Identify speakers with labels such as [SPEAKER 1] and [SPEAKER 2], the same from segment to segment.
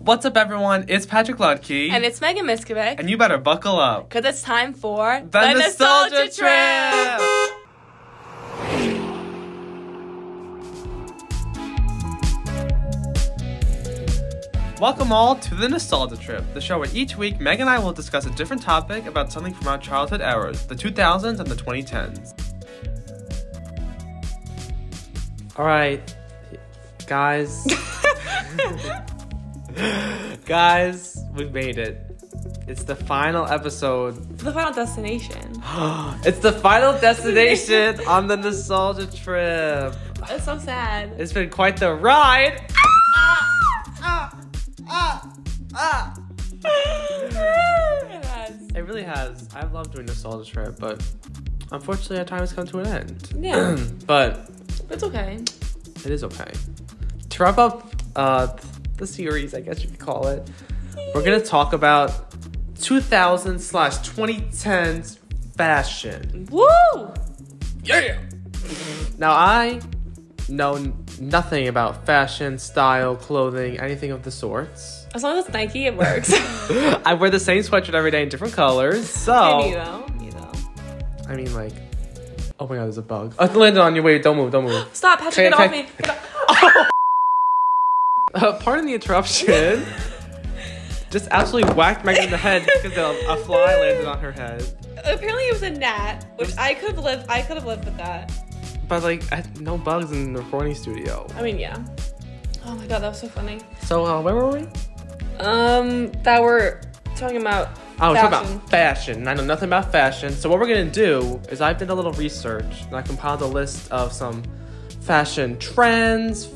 [SPEAKER 1] What's up, everyone? It's Patrick Lodkey.
[SPEAKER 2] And it's Megan Miskovic.
[SPEAKER 1] And you better buckle up.
[SPEAKER 2] Because it's time for
[SPEAKER 1] The, Nostalgia, Trip! Welcome all to The Nostalgia Trip, the show where each week Meg and I will discuss a different topic about something from our childhood eras, the 2000s and the 2010s. All right, guys. guys, we've made it. It's the final episode
[SPEAKER 2] The final destination.
[SPEAKER 1] it's the final destination on the nostalgia trip.
[SPEAKER 2] It's so sad.
[SPEAKER 1] It's been quite the ride.
[SPEAKER 2] Yes.
[SPEAKER 1] It really has. I've loved doing nostalgia trip, but unfortunately, our time has come to an end.
[SPEAKER 2] Yeah,
[SPEAKER 1] But
[SPEAKER 2] it's okay.
[SPEAKER 1] it is okay. To wrap up uh, the series, I guess you could call it, we're gonna talk about 2000 slash 2010s fashion.
[SPEAKER 2] Woo!
[SPEAKER 1] Yeah. Now I know n- nothing about fashion, style, clothing, anything of the sorts.
[SPEAKER 2] As long as it's Nike, it works.
[SPEAKER 1] I wear the same sweatshirt every day in different colors.
[SPEAKER 2] Maybe
[SPEAKER 1] So
[SPEAKER 2] though. You know.
[SPEAKER 1] I mean, like, oh my god, there's a bug. Oh, it landed on you. Wait, don't move, don't move.
[SPEAKER 2] Stop, Patrick, get
[SPEAKER 1] Okay,
[SPEAKER 2] off
[SPEAKER 1] okay.
[SPEAKER 2] me. Get off.
[SPEAKER 1] Uh, pardon the interruption. Just absolutely whacked Megan in the head because a, a fly landed on her head.
[SPEAKER 2] Apparently it was a gnat, which I could have lived I could have lived with that.
[SPEAKER 1] But like, I, no bugs in the recording studio.
[SPEAKER 2] I mean, yeah. Oh my god, that was so funny.
[SPEAKER 1] So uh, where were we?
[SPEAKER 2] Um, that we're talking about
[SPEAKER 1] Oh, we're talking
[SPEAKER 2] Fashion.
[SPEAKER 1] about fashion. and I know nothing about fashion. So what we're gonna do is I did a little research and I compiled a list of some fashion trends, f-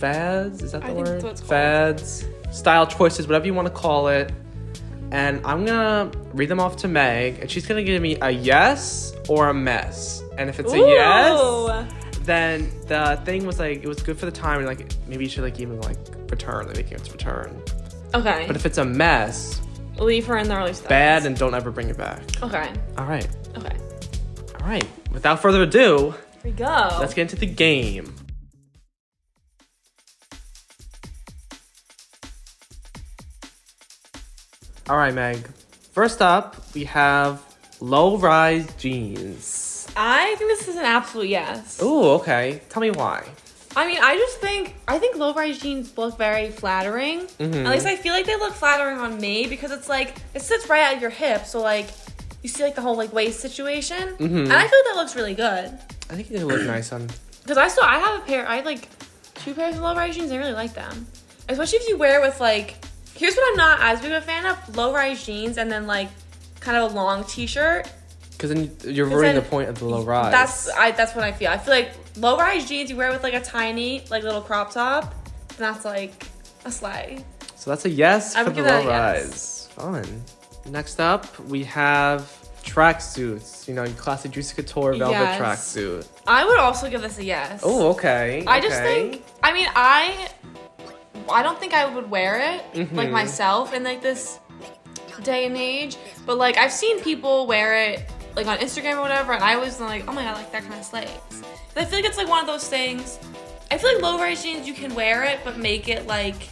[SPEAKER 1] fads. Is that the
[SPEAKER 2] I
[SPEAKER 1] word?
[SPEAKER 2] think that's what it's called.
[SPEAKER 1] fads, style choices, whatever you want to call it. And I'm gonna read them off to Meg, and she's gonna give me a yes or a mess. And if it's a yes, then the thing was like it was good for the time, and like maybe you should like even like return, like making its return.
[SPEAKER 2] Okay.
[SPEAKER 1] But if it's a mess,
[SPEAKER 2] Leave her in the early stuff.
[SPEAKER 1] bad, and don't ever bring it back.
[SPEAKER 2] Okay.
[SPEAKER 1] All right.
[SPEAKER 2] Okay.
[SPEAKER 1] All right. Without further ado,
[SPEAKER 2] Here we go.
[SPEAKER 1] let's get into the game. All right, Meg. First up, we have low-rise jeans.
[SPEAKER 2] I think this is an absolute yes.
[SPEAKER 1] Ooh, okay. Tell me why.
[SPEAKER 2] I mean, I just think I think low-rise jeans look very flattering.
[SPEAKER 1] Mm-hmm.
[SPEAKER 2] At least I feel like they look flattering on me because it's like it sits right at your hip, so like you see like the whole like waist situation,
[SPEAKER 1] Mm-hmm.
[SPEAKER 2] and I feel like that looks really good.
[SPEAKER 1] I think they look nice on.
[SPEAKER 2] Because I still I have a pair. I have like two pairs of low-rise jeans. I really like them, especially if you wear with like. Here's what I'm not as big of a fan of: low-rise jeans and then like kind of a long t-shirt.
[SPEAKER 1] Because then you're ruining
[SPEAKER 2] then-
[SPEAKER 1] the point of the low-rise.
[SPEAKER 2] That's I. That's what I feel. I feel like low rise jeans you wear with like a tiny like little crop top, and that's like a slay.
[SPEAKER 1] So that's a yes
[SPEAKER 2] I
[SPEAKER 1] for
[SPEAKER 2] would
[SPEAKER 1] the
[SPEAKER 2] give that
[SPEAKER 1] low
[SPEAKER 2] a
[SPEAKER 1] rise. Fun. Next up, we have tracksuits. You know, your classic Juicy Couture velvet
[SPEAKER 2] Yes.
[SPEAKER 1] tracksuit.
[SPEAKER 2] I would also give this a yes.
[SPEAKER 1] Oh, okay.
[SPEAKER 2] I just
[SPEAKER 1] okay.
[SPEAKER 2] think. I mean, I. I don't think I would wear it like myself in like this day and age, but like I've seen people wear it like on Instagram or whatever, and I was like, oh my god, like that kind of slays. 'Cause I feel like it's like one of those things. I feel like low-rise jeans you can wear it, but make it like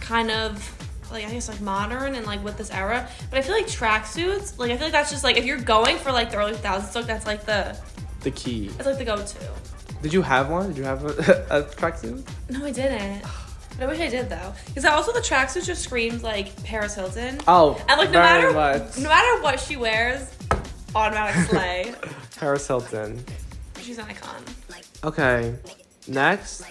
[SPEAKER 2] kind of like I guess like modern and like with this era. But I feel like tracksuits, like I feel like that's just like if you're going for like the early 2000s look, that's like the
[SPEAKER 1] the key.
[SPEAKER 2] that's like the go-to.
[SPEAKER 1] Did you have one? Did you have a, a tracksuit?
[SPEAKER 2] No, I didn't. But I wish I did though, because also the tracksuit just screams like Paris Hilton.
[SPEAKER 1] Oh,
[SPEAKER 2] and like no
[SPEAKER 1] very
[SPEAKER 2] matter
[SPEAKER 1] much.
[SPEAKER 2] no matter what she wears, automatic slay.
[SPEAKER 1] Paris Hilton.
[SPEAKER 2] She's an icon.
[SPEAKER 1] Okay. Next,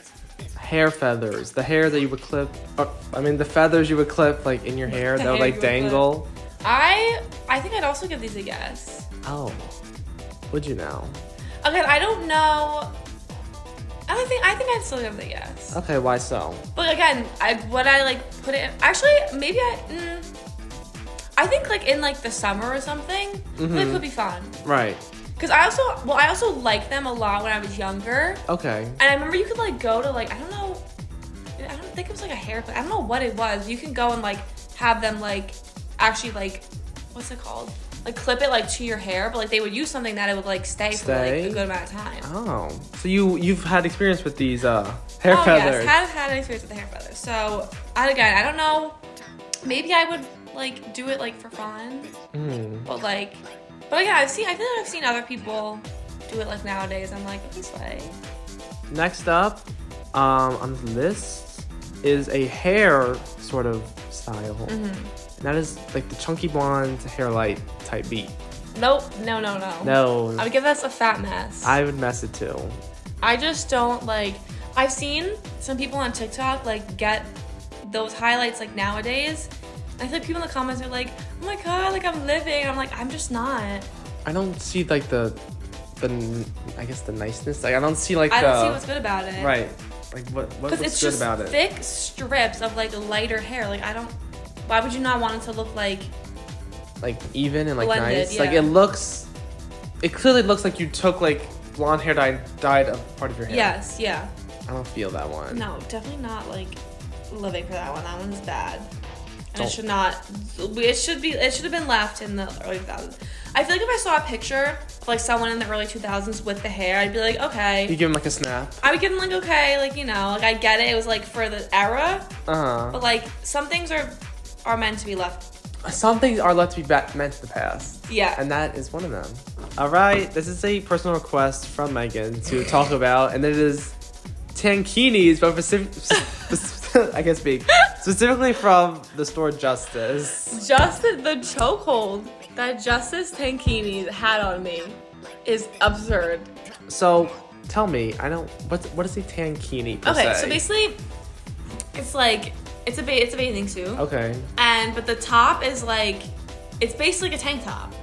[SPEAKER 1] hair feathers. The hair that you would clip. Or, I mean, the feathers you would clip like in your hair
[SPEAKER 2] The
[SPEAKER 1] that would
[SPEAKER 2] hair
[SPEAKER 1] like
[SPEAKER 2] you would clip.
[SPEAKER 1] dangle.
[SPEAKER 2] I I think I'd also give these a yes.
[SPEAKER 1] Oh, would you now?
[SPEAKER 2] Okay, I don't know. I don't think I think I'd still give it a yes.
[SPEAKER 1] Okay, why so?
[SPEAKER 2] But again, I would I like put it. Actually, maybe I. Mm, I think like in like the summer or something,
[SPEAKER 1] Mm-hmm.
[SPEAKER 2] it could be fun.
[SPEAKER 1] Right.
[SPEAKER 2] Cause I also well I also liked them a lot when I was younger.
[SPEAKER 1] Okay.
[SPEAKER 2] And I remember you could like go to like I don't know, I don't think it was like a hair, but I don't know what it was. You can go and like have them like actually like what's it called? like clip it like to your hair, but like they would use something that it would like stay, for like
[SPEAKER 1] Stay?
[SPEAKER 2] a good amount of time.
[SPEAKER 1] Oh, so you you've had experience with these uh, hair
[SPEAKER 2] oh
[SPEAKER 1] feathers?
[SPEAKER 2] yes, have had an experience with the hair feathers. So I, again, I don't know. Maybe I would like do it like for fun,
[SPEAKER 1] Mm.
[SPEAKER 2] but like, but yeah, I've seen. I feel like I've seen other people do it like nowadays. I'm like, it's like,
[SPEAKER 1] Next up um, on the list is a hair sort of style,
[SPEAKER 2] Mm-hmm.
[SPEAKER 1] and that is like the chunky blonde hair light type beat.
[SPEAKER 2] nope, no, no, no.
[SPEAKER 1] No,
[SPEAKER 2] I would give us a fat mess.
[SPEAKER 1] I would mess it too.
[SPEAKER 2] I just don't like. I've seen some people on TikTok like get those highlights like nowadays. I feel like people in the comments are like, "Oh my god, like I'm living." I'm like, I'm just not.
[SPEAKER 1] I don't see like the the n- I guess the niceness. Like I don't see like
[SPEAKER 2] I
[SPEAKER 1] the
[SPEAKER 2] don't see what's good about it.
[SPEAKER 1] right. Like what what
[SPEAKER 2] Because
[SPEAKER 1] what's
[SPEAKER 2] it's
[SPEAKER 1] good
[SPEAKER 2] just
[SPEAKER 1] about it?
[SPEAKER 2] thick strips of like lighter hair. Like I don't. Why would you not want it to look like?
[SPEAKER 1] Like even and like
[SPEAKER 2] Blended,
[SPEAKER 1] nice. Like
[SPEAKER 2] yeah.
[SPEAKER 1] it looks. It clearly looks like you took like blonde hair dye and dyed a part of your hair.
[SPEAKER 2] Yes. Yeah.
[SPEAKER 1] I don't feel that one.
[SPEAKER 2] No, definitely not like living for that one. That one's bad. And
[SPEAKER 1] Don't-
[SPEAKER 2] it should not. It should be. It should have been left in the early 2000s. I feel like if I saw a picture of like someone in the early 2000s with the hair, I'd be like,
[SPEAKER 1] You
[SPEAKER 2] okay.
[SPEAKER 1] give him like a snap.
[SPEAKER 2] I would give them like, okay, like you know, like I get it. It was like for the era,
[SPEAKER 1] Uh
[SPEAKER 2] but like some things are are meant to be left.
[SPEAKER 1] huh. Some things are left to be back meant to the past.
[SPEAKER 2] Yeah.
[SPEAKER 1] And that is one of them. All right, this is a personal request from Megan to talk about, and it is tankinis, but specific, spec- I can speak specifically from the store Justice.
[SPEAKER 2] Just the, the chokehold that Justice Tankini had on me is absurd.
[SPEAKER 1] So, tell me, I don't what what is a tankini per
[SPEAKER 2] Okay,
[SPEAKER 1] se?
[SPEAKER 2] so basically, it's like it's a ba- it's a bathing suit,
[SPEAKER 1] okay,
[SPEAKER 2] and but the top is like it's basically like a tank top,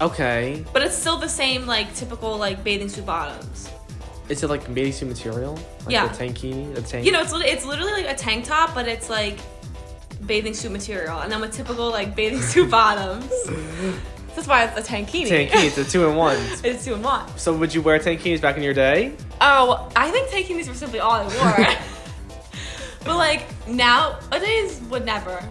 [SPEAKER 1] okay.
[SPEAKER 2] but it's still the same like typical like bathing suit bottoms.
[SPEAKER 1] Is it like bathing suit material? Like
[SPEAKER 2] Yeah.
[SPEAKER 1] The tankini, the tank.
[SPEAKER 2] You know, it's lit- it's literally like a tank top, but it's like bathing suit material, and then with typical like bathing suit bottoms. That's why it's a tankini.
[SPEAKER 1] tankini. It's a two in one.
[SPEAKER 2] it's two in one.
[SPEAKER 1] So, would you wear tankinis back in your day?
[SPEAKER 2] Oh, I think taking these were simply all I wore. but like nowadays would never.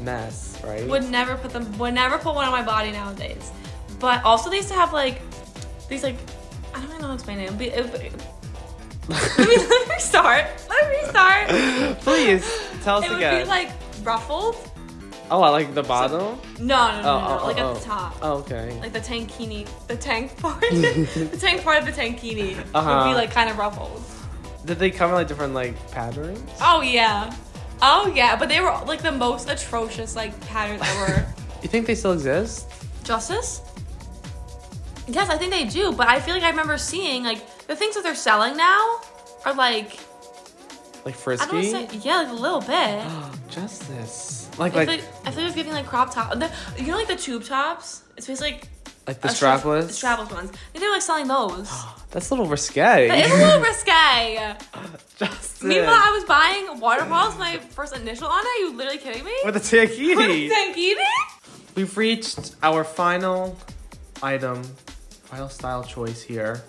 [SPEAKER 1] Mess, right?
[SPEAKER 2] Would never put them would never put one on my body nowadays. But also they used to have like these like I don't even know how to explain it. But it- but- let me let me restart. Let me restart.
[SPEAKER 1] Please tell us
[SPEAKER 2] It would
[SPEAKER 1] again.
[SPEAKER 2] be like ruffled.
[SPEAKER 1] oh, I like the bottom.
[SPEAKER 2] No, no, no,
[SPEAKER 1] oh,
[SPEAKER 2] no, no,
[SPEAKER 1] oh,
[SPEAKER 2] like
[SPEAKER 1] oh,
[SPEAKER 2] at the top.
[SPEAKER 1] Oh, okay.
[SPEAKER 2] Like the tankini, the tank part, the tank part of the tankini would
[SPEAKER 1] Uh-huh.
[SPEAKER 2] be like kind of ruffled.
[SPEAKER 1] Did they come in like different like patterns?
[SPEAKER 2] Oh yeah. Oh yeah, but they were like the most atrocious like patterns ever.
[SPEAKER 1] You think they still exist?
[SPEAKER 2] Justice? Yes, I think they do, but I feel like I remember seeing like the things that they're selling now are like
[SPEAKER 1] Like
[SPEAKER 2] I don't
[SPEAKER 1] frisky?
[SPEAKER 2] want to say yeah, like a little bit.
[SPEAKER 1] Oh, justice. Like
[SPEAKER 2] I
[SPEAKER 1] like
[SPEAKER 2] feel like, I feel like it's giving like crop top. The, you know like the tube tops? It's basically like
[SPEAKER 1] like the
[SPEAKER 2] a stra-
[SPEAKER 1] strapless.
[SPEAKER 2] strapless ones. They were like selling those.
[SPEAKER 1] That's a little risque.
[SPEAKER 2] But it's a little risque.
[SPEAKER 1] justice.
[SPEAKER 2] Meanwhile, I was buying water bottles, my first initial on it. Are you literally kidding me?
[SPEAKER 1] With a
[SPEAKER 2] With
[SPEAKER 1] tankini.
[SPEAKER 2] tankini?
[SPEAKER 1] We've reached our final item, final style choice here,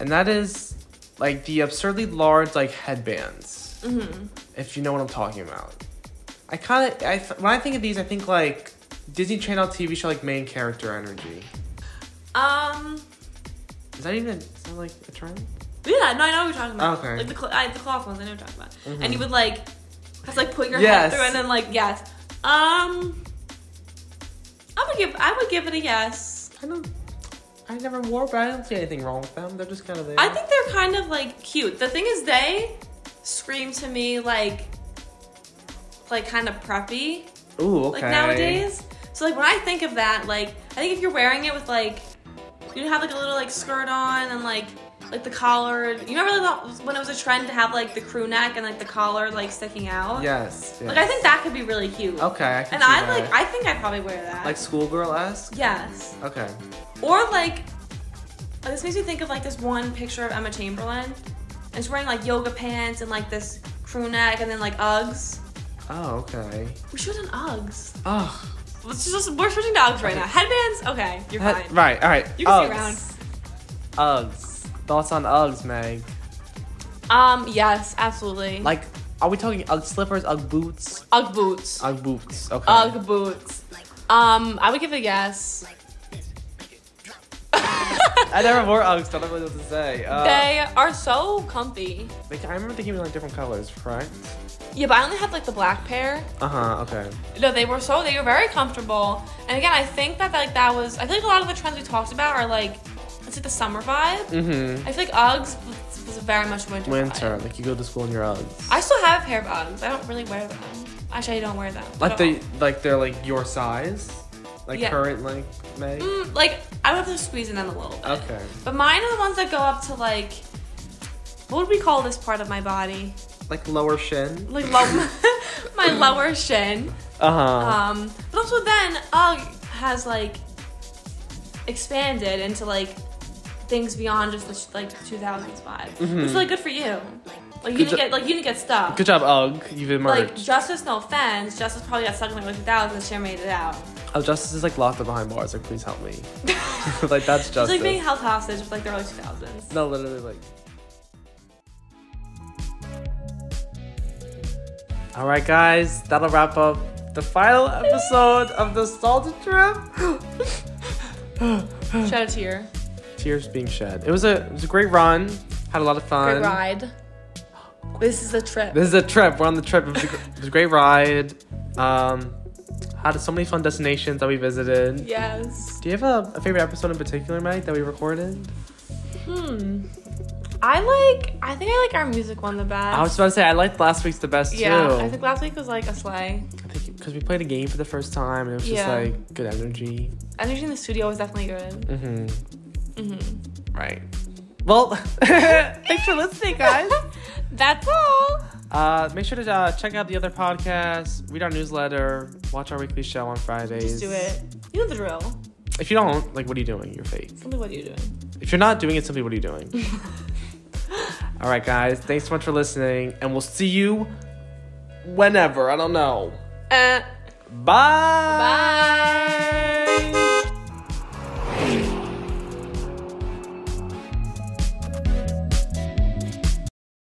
[SPEAKER 1] and that is like the absurdly large like headbands.
[SPEAKER 2] Mm-hmm.
[SPEAKER 1] If you know what I'm talking about, I kind of I th- when I think of these, I think like Disney Channel TV show like main character energy.
[SPEAKER 2] Um.
[SPEAKER 1] Is that even is that like a trend?
[SPEAKER 2] Yeah, no, I know what you're talking about.
[SPEAKER 1] Okay. Mm-hmm.
[SPEAKER 2] Like the cl- I, the cloth ones, I know what you're talking about. And you would like have to like put your
[SPEAKER 1] Yes.
[SPEAKER 2] head through and then like yes. Um. I would give I would give it a yes.
[SPEAKER 1] I don't. I never wore, but I don't see anything wrong with them. They're just kind of there.
[SPEAKER 2] I think they're kind of like cute. The thing is, they scream to me like like kind of preppy
[SPEAKER 1] Ooh, okay.
[SPEAKER 2] like nowadays. So like when I think of that, like I think if you're wearing it with like you have like a little like skirt on and like like the collar. You remember like, when it was a trend to have like the crew neck and like the collar like sticking out?
[SPEAKER 1] Yes. yes.
[SPEAKER 2] Like I think that could be really cute.
[SPEAKER 1] Okay. I can
[SPEAKER 2] And
[SPEAKER 1] see
[SPEAKER 2] I
[SPEAKER 1] that.
[SPEAKER 2] like I think I'd probably wear that.
[SPEAKER 1] like schoolgirl esque.
[SPEAKER 2] yes.
[SPEAKER 1] Okay.
[SPEAKER 2] Or like this makes me think of like this one picture of Emma Chamberlain. And she's wearing like yoga pants and like this crew neck and then like Uggs.
[SPEAKER 1] Oh, okay.
[SPEAKER 2] We should have done Uggs.
[SPEAKER 1] Oh.
[SPEAKER 2] Let's just we're switching to Uggs right now. Headbands, okay, you're
[SPEAKER 1] Head-
[SPEAKER 2] fine.
[SPEAKER 1] right, all right.
[SPEAKER 2] You can
[SPEAKER 1] Uggs.
[SPEAKER 2] see
[SPEAKER 1] Uggs. Thoughts on Uggs, Meg?
[SPEAKER 2] Mm-hmm. around. Um, yes, absolutely.
[SPEAKER 1] Oh.
[SPEAKER 2] Like
[SPEAKER 1] Like, are we talking Ugg slippers, Ugg boots,
[SPEAKER 2] Ugg boots.
[SPEAKER 1] Ugg boots? Okay.
[SPEAKER 2] Ugg boots. Um, I would give it a yes.
[SPEAKER 1] I never wore Uggs. so I don't really know what to say. Uh,
[SPEAKER 2] They are so comfy.
[SPEAKER 1] like, I remember they gave me like different colors, correct?
[SPEAKER 2] Yeah, but I only had like the black pair.
[SPEAKER 1] Uh huh. Okay.
[SPEAKER 2] No, they were so they were very comfortable. And again, I think that like that was I feel like a lot of the trends we talked about are like it's like the summer vibe.
[SPEAKER 1] Mm-hmm.
[SPEAKER 2] I feel like Uggs was, was very much winter. vibe.
[SPEAKER 1] Winter, like you go to school in your Uggs.
[SPEAKER 2] I still have a pair of Uggs. I don't really wear them. Actually, I don't wear them.
[SPEAKER 1] like
[SPEAKER 2] at
[SPEAKER 1] they, like they're like your size, like
[SPEAKER 2] Yeah.
[SPEAKER 1] current like May.
[SPEAKER 2] all. Mm, like I would have to squeeze in them a little bit.
[SPEAKER 1] Okay.
[SPEAKER 2] But mine are the ones that go up to like what would we call this part of my body?
[SPEAKER 1] Like lower shin.
[SPEAKER 2] Like low, my lower shin.
[SPEAKER 1] Uh huh.
[SPEAKER 2] Um, but also then UGG has like expanded into like things beyond just the sh- like 2000s vibe, which
[SPEAKER 1] Mm-hmm.
[SPEAKER 2] is like good for you. Like you
[SPEAKER 1] Good
[SPEAKER 2] didn't
[SPEAKER 1] jo-
[SPEAKER 2] get like you didn't get stuck.
[SPEAKER 1] Good job, Ugg. You've
[SPEAKER 2] Like
[SPEAKER 1] emerged.
[SPEAKER 2] Justice, no offense, Justice probably got stuck in like 2000s and she made it out.
[SPEAKER 1] oh, Justice is like locked up behind bars. Like, please help me.
[SPEAKER 2] it's
[SPEAKER 1] like that's Justice.
[SPEAKER 2] like being held hostage with like the early 2000s.
[SPEAKER 1] no, literally like. All right, guys, that'll wrap up the final episode of the Salted Trip.
[SPEAKER 2] Shout out to your
[SPEAKER 1] Tears being shed. It was a it was a great run. Had a lot of fun.
[SPEAKER 2] great ride. This is a trip.
[SPEAKER 1] This is a trip. We're on the trip. It was a, gr- it was a great ride. Um, had so many fun destinations that we visited.
[SPEAKER 2] yes.
[SPEAKER 1] Do you have a, a favorite episode in particular, Mike, that we recorded?
[SPEAKER 2] Hmm. I like. I think I like our music one the best.
[SPEAKER 1] I was about to say I liked last week's the best
[SPEAKER 2] yeah,
[SPEAKER 1] too.
[SPEAKER 2] I think last week was like a sleigh.
[SPEAKER 1] because we played a game for the first time and it was just
[SPEAKER 2] Yeah.
[SPEAKER 1] like good energy.
[SPEAKER 2] Energy in the studio was definitely good.
[SPEAKER 1] Mm-hmm.
[SPEAKER 2] Mm-hmm.
[SPEAKER 1] Right. Well, thanks for listening, guys.
[SPEAKER 2] That's all.
[SPEAKER 1] Uh, make sure to uh, check out the other podcasts, read our newsletter, watch our weekly show on Fridays.
[SPEAKER 2] Just do it. You know the drill.
[SPEAKER 1] If you don't, like, what are you doing? You're fake.
[SPEAKER 2] Tell me what are you doing.
[SPEAKER 1] If you're not doing it, simply, what are you doing? All right, guys. Thanks so much for listening, and we'll see you whenever. I don't know.
[SPEAKER 2] Uh,
[SPEAKER 1] Bye.
[SPEAKER 2] bye.